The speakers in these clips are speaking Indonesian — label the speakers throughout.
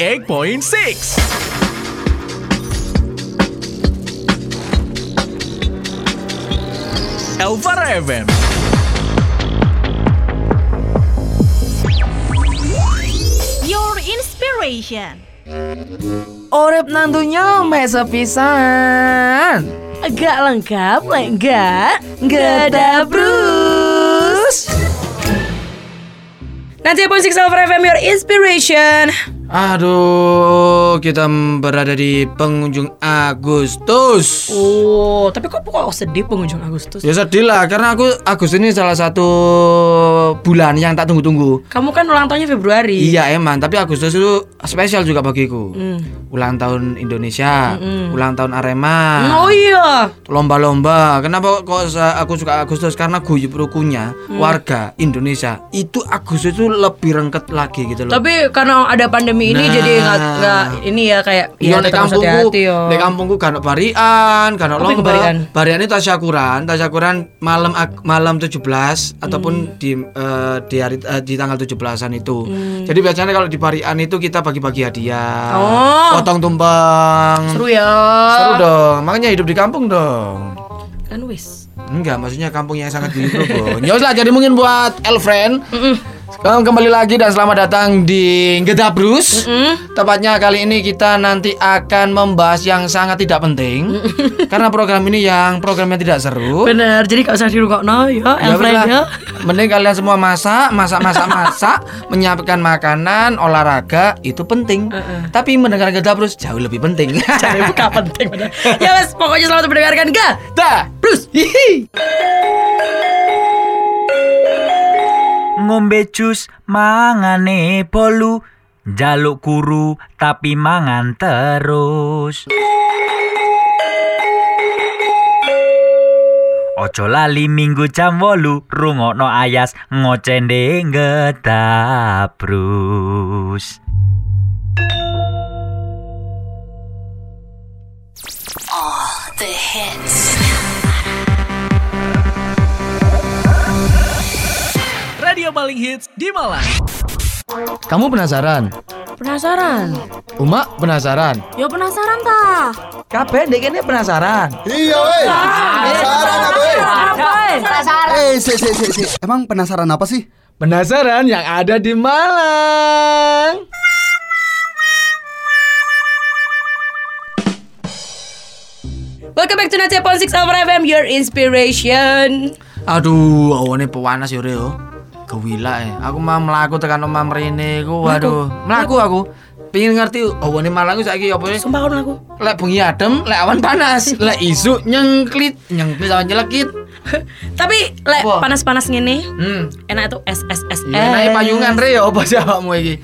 Speaker 1: 98.6 Elvara FM
Speaker 2: Your inspiration.
Speaker 3: Orep nantunya mesa pisan.
Speaker 2: Agak lengkap, lek enggak?
Speaker 3: Gada Bruce.
Speaker 4: Nanti pun Six Over FM Your Inspiration
Speaker 3: Aduh, kita berada di pengunjung Agustus.
Speaker 4: Oh, tapi kok kok sedih pengunjung Agustus
Speaker 3: Ya sedih lah, karena aku Agustus ini salah satu bulan yang tak tunggu-tunggu.
Speaker 4: Kamu kan ulang tahunnya Februari
Speaker 3: Iya emang, tapi Agustus itu spesial juga bagiku.
Speaker 4: Hmm.
Speaker 3: Ulang tahun Indonesia, ulang tahun Arema.
Speaker 4: Oh iya
Speaker 3: Lomba-lomba. Kenapa kok sa- aku suka Agustus? Karena guyub rukunya
Speaker 4: Hmm.
Speaker 3: warga Indonesia itu Agustus itu lebih rengket lagi gitu loh.
Speaker 4: Tapi karena ada pandemi ini
Speaker 3: Nah.
Speaker 4: jadi nggak nggak ini ya kayak
Speaker 3: Iya,
Speaker 4: ya,
Speaker 3: di
Speaker 4: tetap harus
Speaker 3: kampungku,
Speaker 4: hati-hati, yo.
Speaker 3: di kampungku kan barian, kan
Speaker 4: Apa itu
Speaker 3: lomba.
Speaker 4: barian?
Speaker 3: Barian? itu tasyakuran, tasyakuran malam ak- malam 17
Speaker 4: Hmm.
Speaker 3: ataupun di eh, di hari eh, di tanggal 17-an itu.
Speaker 4: Hmm.
Speaker 3: Jadi biasanya kalau di barian itu kita bagi-bagi hadiah,
Speaker 4: Oh.
Speaker 3: potong tumpeng.
Speaker 4: Seru ya
Speaker 3: Seru dong, makanya hidup di kampung dong.
Speaker 4: Kan wis
Speaker 3: Enggak, maksudnya kampung yang sangat guyub Bro. Ya wis lah, jadi mungkin buat Elfriend. Sekarang kembali lagi dan selamat datang di Geda Bruce. Tepatnya kali ini kita nanti akan membahas yang sangat tidak penting karena program ini yang programnya tidak seru.
Speaker 4: Bener, jadi gak usah dirungokno ya,
Speaker 3: Ya wis
Speaker 4: Elfriend
Speaker 3: lah.
Speaker 4: ya
Speaker 3: Mending kalian semua masak, masak, masak, masak, menyiapkan makanan, olahraga itu penting. Tapi mendengar Geda Bruce jauh lebih penting.
Speaker 4: Cari buka penting bener Ya wes, pokoknya selamat mendengarkan Gak
Speaker 3: Dah, Bruce. Hihi.
Speaker 5: ngombe jus mangane bolu jaluk kuru tapi mangan terus Ojo lali minggu jam wolu rungokno ayas ngocende ngedabrus
Speaker 1: Radio paling hits di Malang
Speaker 3: Kamu penasaran?
Speaker 2: Penasaran?
Speaker 3: Uma penasaran?
Speaker 2: Yo penasaran ta?
Speaker 3: Kabeh dek kene penasaran.
Speaker 6: Iya weh. Penasaran apa weh?
Speaker 2: Penasaran.
Speaker 6: Eh, si, si, si, si. Emang penasaran apa sih?
Speaker 1: Penasaran yang ada di Malang
Speaker 4: Welcome back to Nanti Pon Six Over FM Your Inspiration
Speaker 3: Aduh, awane pewanas yo yo. Gawila eh. Aku mah mlaku tekan omah mrene iku waduh. Mlaku aku. Pingin ngerti awane Malang iku saiki apa ya?
Speaker 4: Sumpah kan aku
Speaker 3: Lek bengi adem, lek awan panas, lek isu nyengklit, nyengklit sama nyelekit.
Speaker 4: Tapi, lek
Speaker 3: Apa?
Speaker 4: panas-panas ngene
Speaker 3: Hmm.
Speaker 4: enak itu S S S
Speaker 3: Iya,
Speaker 1: Eh.
Speaker 3: naik payungan re yo apa sih awakmu iki?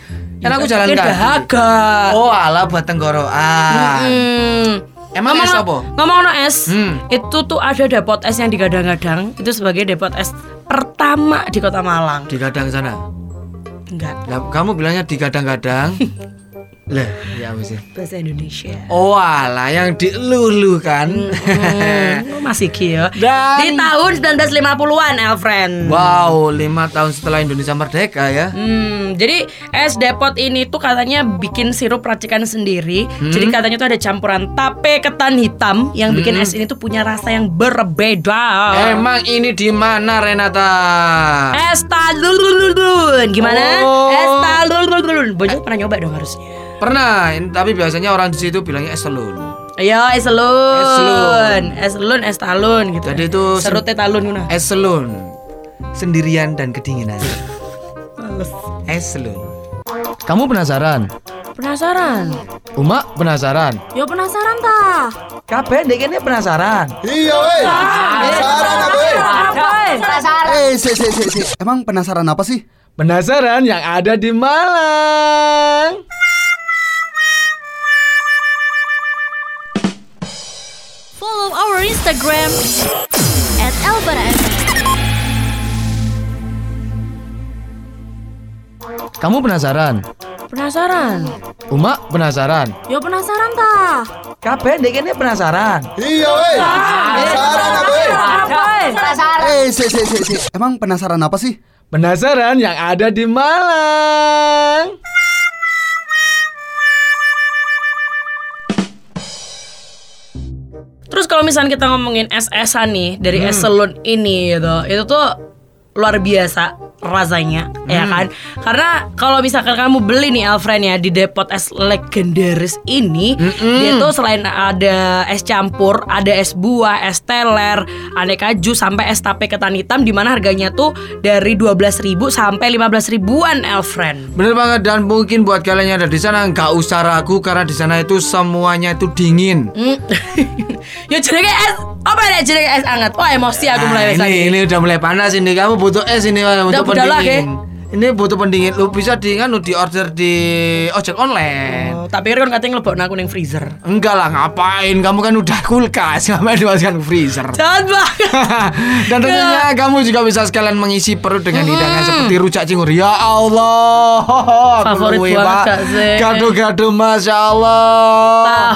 Speaker 3: Kan aku jalan kaki.
Speaker 4: dahaga
Speaker 3: Oh, ala buat tenggorokan. Hmm. Emang es apa?
Speaker 4: Ngomong no es,
Speaker 3: Hmm.
Speaker 4: itu tuh ada depot es yang digadang-gadang itu sebagai depot es pertama di kota Malang.
Speaker 3: Di gadang sana.
Speaker 4: Enggak,
Speaker 3: Lah, kamu bilangnya di gadang-gadang. Lah, ya wis. ya.
Speaker 4: bahasa Indonesia.
Speaker 3: Oh, ala yang dieluluh kan.
Speaker 4: Hmm, masih kio.
Speaker 3: Dan-
Speaker 4: Di tahun 1950-an, Elfriend.
Speaker 3: Wow, lima tahun setelah Indonesia merdeka ya.
Speaker 4: Hmm, jadi es depot ini tuh katanya bikin sirup racikan sendiri.
Speaker 3: Hmm.
Speaker 4: Jadi katanya tuh ada campuran tape ketan hitam yang
Speaker 3: Hmm.
Speaker 4: bikin es ini tuh punya rasa yang berbeda.
Speaker 3: Emang ini di mana Renata?
Speaker 4: Es talululun Gimana?
Speaker 3: Oh.
Speaker 4: Es talululun Bojo pernah nyoba dong harusnya
Speaker 3: Pernah, in- tapi biasanya orang di situ bilangnya es telur.
Speaker 4: Ayo Iya, es lun
Speaker 3: Es lun.
Speaker 4: Es lun, es talun gitu
Speaker 3: Jadi itu sen-
Speaker 4: Serutnya talun gitu
Speaker 3: Es telur. Sendirian dan kedinginan. es telur. Kamu penasaran?
Speaker 2: Penasaran?
Speaker 3: Uma penasaran?
Speaker 2: Yo penasaran ta?
Speaker 3: Kabeh dek ini penasaran.
Speaker 6: Iya weh. Penasaran
Speaker 3: Eh.
Speaker 6: apa weh?
Speaker 2: Penasaran.
Speaker 6: Eh, si, si, si, si. Emang penasaran apa sih?
Speaker 1: Penasaran yang ada di Malang
Speaker 2: Follow our Instagram at Elvara FM.
Speaker 3: Kamu penasaran?
Speaker 2: Penasaran?
Speaker 3: Uma penasaran?
Speaker 2: Yo penasaran ta?
Speaker 3: Kabeh dek ini penasaran.
Speaker 6: Iya weh. Penasaran apa weh? Eh, si, si, si, si. Emang penasaran apa sih?
Speaker 1: Penasaran yang ada di Malang
Speaker 4: misalnya kita ngomongin es-esan nih dari
Speaker 3: Hmm.
Speaker 4: es selun ini gitu, itu tuh luar biasa rasanya ya
Speaker 3: Hmm.
Speaker 4: kan karena kalau misalkan kamu beli nih Elfriend ya di depot es legendaris ini dia tuh selain ada es campur ada es buah es teler aneka jus sampai es tape ketan hitam di mana harganya tuh dari 12.000 sampai 15 ribuan Elfriend
Speaker 3: Bener banget dan mungkin buat kalian yang ada di sana nggak usah ragu karena di sana itu semuanya itu dingin.
Speaker 4: Hmm. ya jenenge es apa ya jenenge es anget. Wah emosi aku mulai
Speaker 3: Nah,
Speaker 4: wes lagi.
Speaker 3: ini, ini udah mulai panas ini kamu butuh es ini Wak, untuk
Speaker 4: budal
Speaker 3: pendingin. Ini butuh pendingin. Lu bisa di kan lu di order di ojek online.
Speaker 4: Oh, tak pikir kan katanya ngelebokna aku ning freezer.
Speaker 3: Enggak lah ngapain Kamu kan udah kulkas Ngapain dimasukkan ke freezer
Speaker 4: Jahat banget.
Speaker 3: Dan tentunya
Speaker 4: Iya.
Speaker 3: kamu juga bisa sekalian mengisi perut dengan hidangan seperti rujak cingur Ya Allah Aku
Speaker 4: Favorit
Speaker 3: luwe,
Speaker 4: banget
Speaker 3: Pak.
Speaker 4: gak sih?
Speaker 3: Gado-gado Masya Allah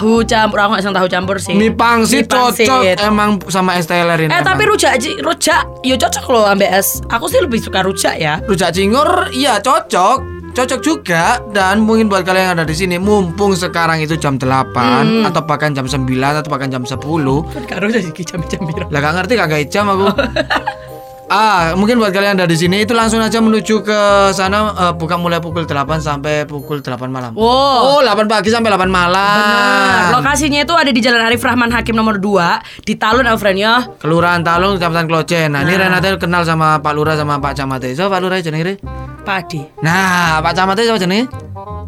Speaker 4: tahu campur aku nggak seneng tahu campur sih.
Speaker 3: Mie pangsit
Speaker 4: Mie pangsit.
Speaker 3: cocok emang sama es teler ini
Speaker 4: Eh
Speaker 3: emang.
Speaker 4: tapi rujak ji- rujak ya cocok loh ambek es. Aku sih lebih suka rujak ya.
Speaker 3: Rujak cingur iya cocok cocok juga dan mungkin buat kalian yang ada di sini mumpung sekarang itu jam 8 atau bahkan jam 9 atau bahkan jam 10
Speaker 4: Karo jadi kicam-kicam biru.
Speaker 3: lah gak ngerti kagak jam aku ah mungkin buat kalian yang ada di sini itu langsung aja menuju ke sana eh, buka mulai pukul 8 sampai pukul 8 malam
Speaker 4: Wow.
Speaker 3: oh 8 pagi sampai 8
Speaker 4: Benar.
Speaker 3: malam
Speaker 4: Lokasinya itu ada di Jalan Arif Rahman Hakim nomor 2 di Talun Elfriend ya.
Speaker 3: Kelurahan Talung, Kecamatan Klojen. Nah, ini Renata kenal sama Pak Lurah sama Pak Camat. So, Pak Lurah jenenge? Re?
Speaker 4: Padi,
Speaker 3: Nah, Pak Camat itu apa jenenge?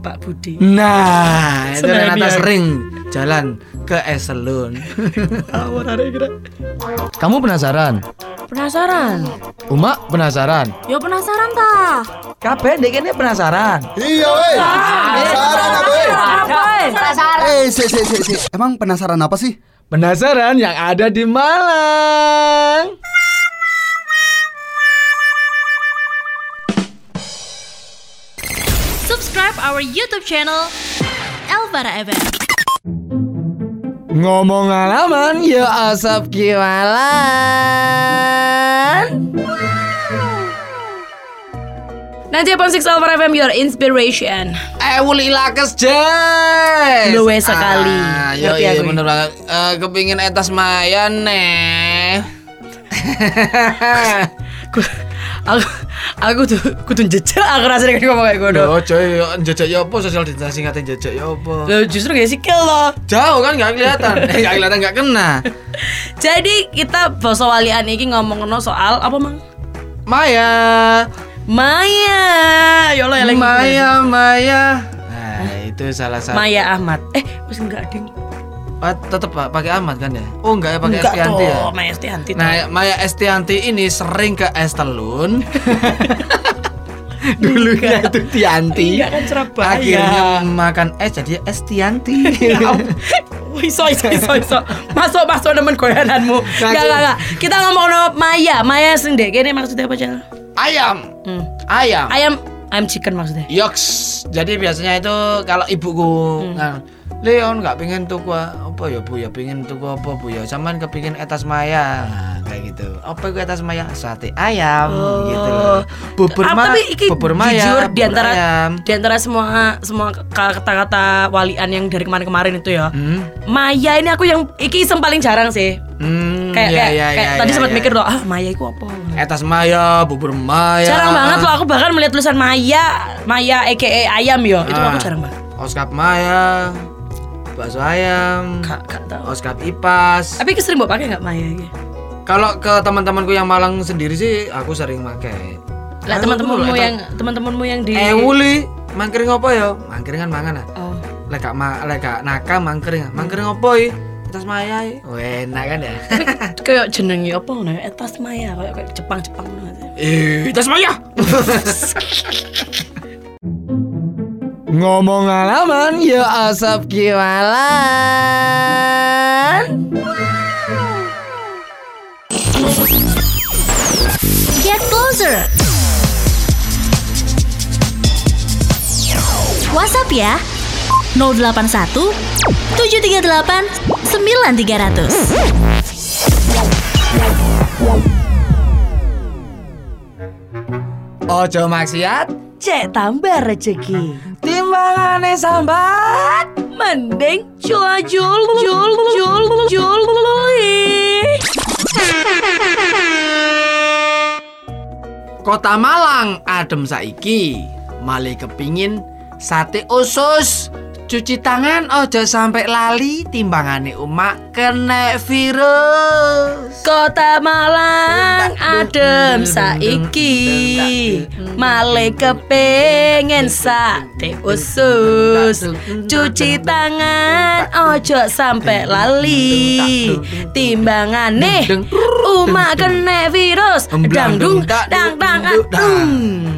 Speaker 4: Pak Budi.
Speaker 3: Nah, itu
Speaker 4: Senang
Speaker 3: Renata
Speaker 4: dia.
Speaker 3: sering jalan ke Eselun. Kamu penasaran?
Speaker 2: Penasaran?
Speaker 3: Uma penasaran?
Speaker 2: Yo penasaran ta?
Speaker 3: Kabeh ndek kene penasaran.
Speaker 7: Iya weh. Penasaran apa weh?
Speaker 6: Penasaran.
Speaker 7: Eh, si, si, si, si. Emang penasaran apa sih?
Speaker 1: Penasaran yang ada di Malang?
Speaker 2: Subscribe our YouTube channel Elvara FM.
Speaker 1: Ngomong alaman, ya asap kiwalan.
Speaker 4: Nanti ya, Upon Six Alpha FM Your Inspiration.
Speaker 3: Eh, wuli lakes, Jess.
Speaker 4: Luwe sekali.
Speaker 3: Ah, yo,
Speaker 4: Ngerti
Speaker 3: iya,
Speaker 4: aku.
Speaker 3: bener banget. Eh, kepingin etas mayan nih.
Speaker 4: Ku- aku aku tuh kudu jejak aku rasanya kan ngomong kayak gue
Speaker 3: Yo, coy, yo, jejak yo apa social distancing ngatain jejak yo apa?
Speaker 4: Loh, justru kayak sikil loh
Speaker 3: Jauh kan nggak kelihatan. Eh, nggak kelihatan nggak kena.
Speaker 4: Jadi kita boso walian ini ngomong soal apa mang?
Speaker 3: Maya,
Speaker 4: Maya Ya Allah ya lagi Eh.
Speaker 3: Maya, Maya. Nah, itu salah satu.
Speaker 4: Maya Ahmad Eh wis enggak ding
Speaker 3: Ah, tetep Pak, pakai amat kan ya? Oh enggak ya pakai
Speaker 4: Enggak
Speaker 3: Estianti ya?
Speaker 4: toh Maya Estianti
Speaker 3: Nah
Speaker 4: toh.
Speaker 3: Maya Estianti ini sering ke Estelun Dulunya itu Tianti
Speaker 4: Enggak kan Surabaya
Speaker 3: Akhirnya makan es jadi Estianti
Speaker 4: Wih, iso iso iso iso Masuk masuk temen goyananmu
Speaker 3: Nah,
Speaker 4: Enggak enggak enggak Kita ngomong no Maya Maya sendiri Ini maksudnya apa Jal?
Speaker 3: Ayam
Speaker 4: Hmm.
Speaker 3: Ayam
Speaker 4: Ayam Ayam chicken maksudnya
Speaker 3: Yoks Jadi biasanya itu kalau ibuku ngan, Leon nggak pengen tuku apa ya bu ya pengen tuku apa bu ya cuman kepingin etas Maya Nah, kayak gitu apa gue etas Maya sate ayam gitu loh bubur
Speaker 4: Ah,
Speaker 3: ma
Speaker 4: tapi iki
Speaker 3: bubur Maya
Speaker 4: jujur
Speaker 3: bubur
Speaker 4: di antara
Speaker 3: ayam.
Speaker 4: di antara semua semua k- kata-kata walian yang dari kemarin-kemarin itu ya.
Speaker 3: Hmm.
Speaker 4: Maya ini aku yang iki isem paling jarang sih.
Speaker 3: Hmm,
Speaker 4: Kayak kayak,
Speaker 3: ya, ya,
Speaker 4: kayak
Speaker 3: ya,
Speaker 4: tadi
Speaker 3: ya,
Speaker 4: sempat
Speaker 3: ya.
Speaker 4: mikir loh, ah Maya itu apa?
Speaker 3: Etas Eh, Maya, bubur Maya.
Speaker 4: Jarang banget loh aku bahkan melihat tulisan Maya, Maya aka ayam yo. Itu aku
Speaker 3: Ah.
Speaker 4: jarang banget.
Speaker 3: Oskap Maya, bakso ayam,
Speaker 4: Kak, kak tahu.
Speaker 3: Oskap Ipas.
Speaker 4: Tapi kesering buat pakai nggak Maya ini?
Speaker 3: Kalau ke teman-temanku yang Malang sendiri sih aku sering pakai.
Speaker 4: Lah teman-temanmu yang teman-temanmu yang di
Speaker 3: Eh wuli, mangkring apa ya? Mangkring kan mangan ah.
Speaker 4: Oh.
Speaker 3: Lek gak ma lek gak naka mangkring. ah. Mangkring apa i? Etas Maya. i. Wah, enak kan ya?
Speaker 4: Kayak jenengi apa ngono ya? Etas Maya kayak kayak Jepang-Jepang ngono aja.
Speaker 3: Eh, Etas Maya.
Speaker 1: Ngomong alaman, ya asap kiwalan.
Speaker 2: Get closer. WhatsApp ya 081 738 9300.
Speaker 3: Ojo maksiat.
Speaker 4: Cek tambah rezeki.
Speaker 3: Timbangane sambat.
Speaker 4: Mending jul jul jul jul jul
Speaker 3: Kota Malang adem saiki. Male kepingin sate usus. Cuci tangan ojo sampai lali timbangane umak kena virus.
Speaker 4: Kota Malang adem saiki Male kepengen sate usus Cuci tangan ojo sampe lali Timbangane Uma kena virus Dangdung dang dang adung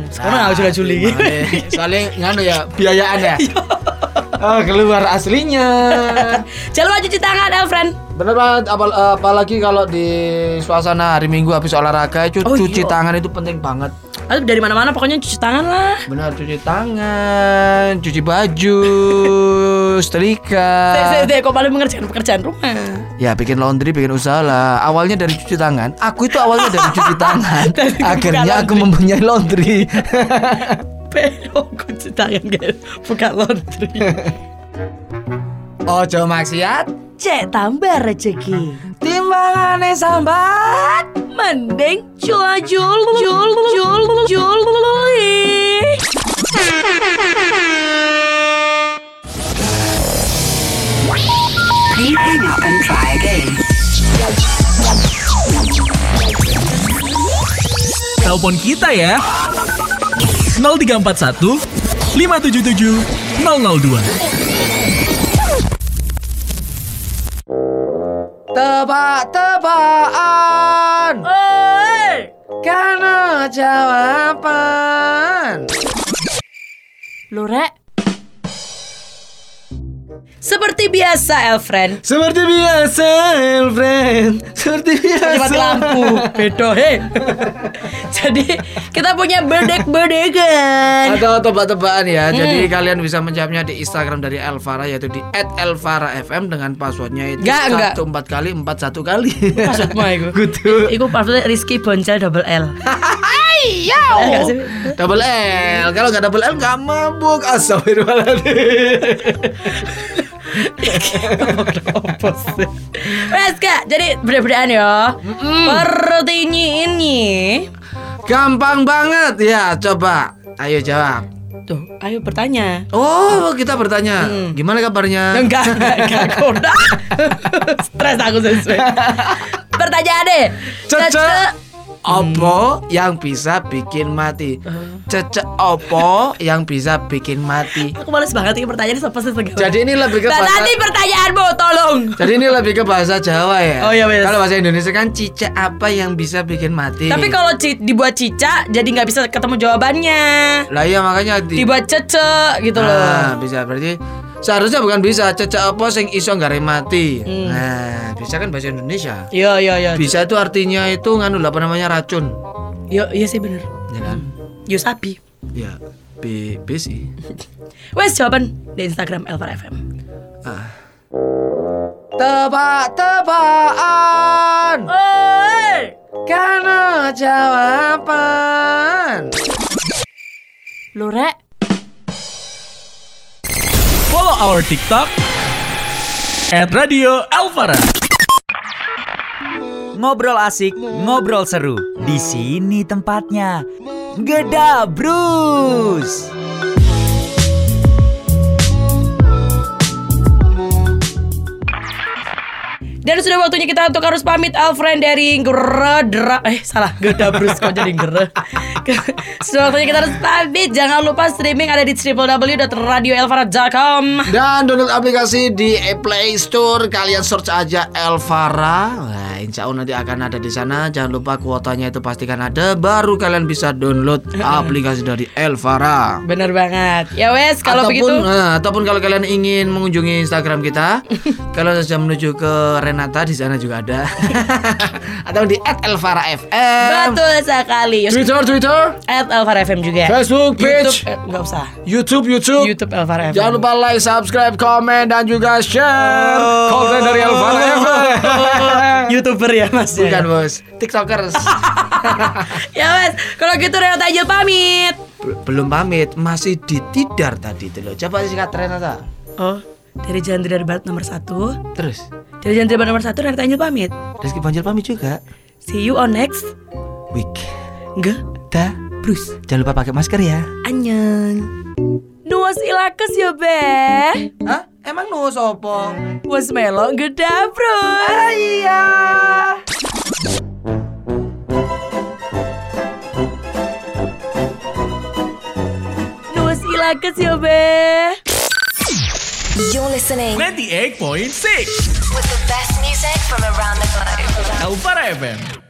Speaker 4: Sekarang aku sudah juli Iya.
Speaker 3: Timbangane. Nah, Soalnya nganu ya biayaan ya. Ah, keluar aslinya.
Speaker 4: Jangan lupa cuci tangan Elfriend
Speaker 3: Bener banget apal- eh, apalagi kalau di suasana hari Minggu habis olahraga itu
Speaker 4: Oh, iya.
Speaker 3: cuci tangan itu penting banget.
Speaker 4: Aduh dari mana-mana pokoknya cuci tangan lah
Speaker 3: Benar cuci tangan, cuci baju, setrika.
Speaker 4: Saya saya kok paling mengerjakan pekerjaan rumah
Speaker 3: Ya bikin laundry, bikin usaha lah. Awalnya dari cuci tangan. Aku itu awalnya dari cuci tangan.
Speaker 4: Dari buka
Speaker 3: Akhirnya aku mempunyai laundry.
Speaker 4: Pero oh, cuci tangan guys Buka laundry
Speaker 3: Ojo maksiat,
Speaker 4: Cek tambah rezeki
Speaker 3: timbangane sambat.
Speaker 4: Mending cua jul jul jul jul
Speaker 1: Telepon kita ya 0341 577 002
Speaker 3: Tebak-tebakan karena jawaban.
Speaker 4: Lu rek Seperti biasa Elfriend
Speaker 1: Seperti biasa, friend. Seperti
Speaker 4: Cepat lampu Bedo he Jadi kita punya berdek-berdekan
Speaker 3: Atau tebak-tebakan ya. Jadi kalian bisa menjawabnya di Instagram dari Elvara yaitu di @elvara_fm dengan passwordnya itu
Speaker 4: Nggak, nggak.
Speaker 3: satu empat kali empat satu kali.
Speaker 4: Maksudmu iku?
Speaker 3: Gitu.
Speaker 4: Iku passwordnya Rizky Boncel double L Eh, nggak sih?
Speaker 3: Double L. Kalau nggak double L nggak mabuk. Astagfirullahaladzim.
Speaker 4: Wes kak, jadi beda-bedaan ya. Pertinyi ini.
Speaker 3: Gampang banget ya. Coba. Ayo jawab.
Speaker 4: Tuh, ayo bertanya.
Speaker 3: Oh, kita bertanya.
Speaker 4: Hmm.
Speaker 3: Gimana kabarnya?
Speaker 4: Enggak, enggak, enggak, koda. Stres aku sesuai. Pertanyaan deh.
Speaker 3: Cece
Speaker 4: Hmm.
Speaker 3: opo yang bisa bikin mati? Cece opo yang bisa bikin mati?
Speaker 4: Aku males banget ini pertanyaan sama sih segala.
Speaker 3: Jadi ini lebih ke
Speaker 4: Dan
Speaker 3: bahasa-
Speaker 4: nanti pertanyaanmu tolong.
Speaker 3: Jadi ini lebih ke bahasa Jawa ya.
Speaker 4: Oh, iya, bener.
Speaker 3: Kalau bahasa Indonesia kan cica apa yang bisa bikin mati?
Speaker 4: Tapi kalau ci- dibuat cica jadi nggak bisa ketemu jawabannya.
Speaker 3: lah iya makanya di
Speaker 4: Dibuat cece gitu
Speaker 3: Ah,
Speaker 4: loh.
Speaker 3: bisa berarti seharusnya bukan bisa cecak apa sing iso nggak mati.
Speaker 4: Hmm.
Speaker 3: Nah, bisa kan bahasa Indonesia.
Speaker 4: Iya, iya, iya.
Speaker 3: Bisa itu artinya itu nganu lah apa namanya racun,
Speaker 4: Iya, iya sih bener.
Speaker 3: ya kan?
Speaker 4: Yo sapi.
Speaker 3: Ya, B B sih.
Speaker 4: Wes jawaban di Instagram Elvar FM.
Speaker 3: Tebak-tebakan karena jawaban.
Speaker 4: Lu rek
Speaker 1: Follow our TikTok at Radio Alvara.
Speaker 5: Ngobrol asik, ngobrol seru. Di sini tempatnya. Geda Bruce.
Speaker 4: Dan sudah waktunya kita untuk harus pamit Alfred dari Geredra Eh salah Gedabrus kok jadi Gere Sudah waktunya kita harus pamit Jangan lupa streaming ada di www.radioelvara.com
Speaker 3: Dan download aplikasi di Play Store Kalian search aja Elvara Nah, Insya Allah nanti akan ada di sana Jangan lupa kuotanya itu pastikan ada Baru kalian bisa download aplikasi dari Elvara
Speaker 4: Bener banget Ya wes kalau
Speaker 3: ataupun,
Speaker 4: begitu
Speaker 3: eh, Ataupun kalau kalian ingin mengunjungi Instagram kita Kalian saja menuju ke Renata di sana juga ada Atau di @elvara_fm
Speaker 4: Betul sekali
Speaker 3: Twitter, Twitter
Speaker 4: At Alvar FM juga
Speaker 3: Facebook
Speaker 4: YouTube
Speaker 3: page
Speaker 4: eh, nggak usah
Speaker 3: YouTube, YouTube
Speaker 4: YouTube Alvar FM
Speaker 3: Jangan lupa like, subscribe, komen, dan juga share konten dari Elvan ya,
Speaker 4: Youtuber ya mas
Speaker 3: Bukan bos, tiktokers
Speaker 4: Ya wes Kalau gitu Renata aja pamit
Speaker 3: Bel- Belum pamit, masih ditidar tadi itu loh Coba singkat Renata
Speaker 4: Oh dari Jandri dari Barat nomor 1
Speaker 3: Terus
Speaker 4: Jajan Triban nomor satu Nanti Angel pamit
Speaker 3: Rizky Panjel pamit juga.
Speaker 4: See you on next
Speaker 3: Week.
Speaker 4: Nge
Speaker 3: Dah.
Speaker 4: Bruce
Speaker 3: Jangan lupa pakai masker ya.
Speaker 4: Annyeong
Speaker 6: Duos ilakes yo beh
Speaker 3: Hah? Emang nu sopo?
Speaker 6: Was melo gedabrus Duos ilakes yo beh
Speaker 8: You're listening
Speaker 1: 98.6
Speaker 8: with the best music from around the globe.
Speaker 1: Elvara FM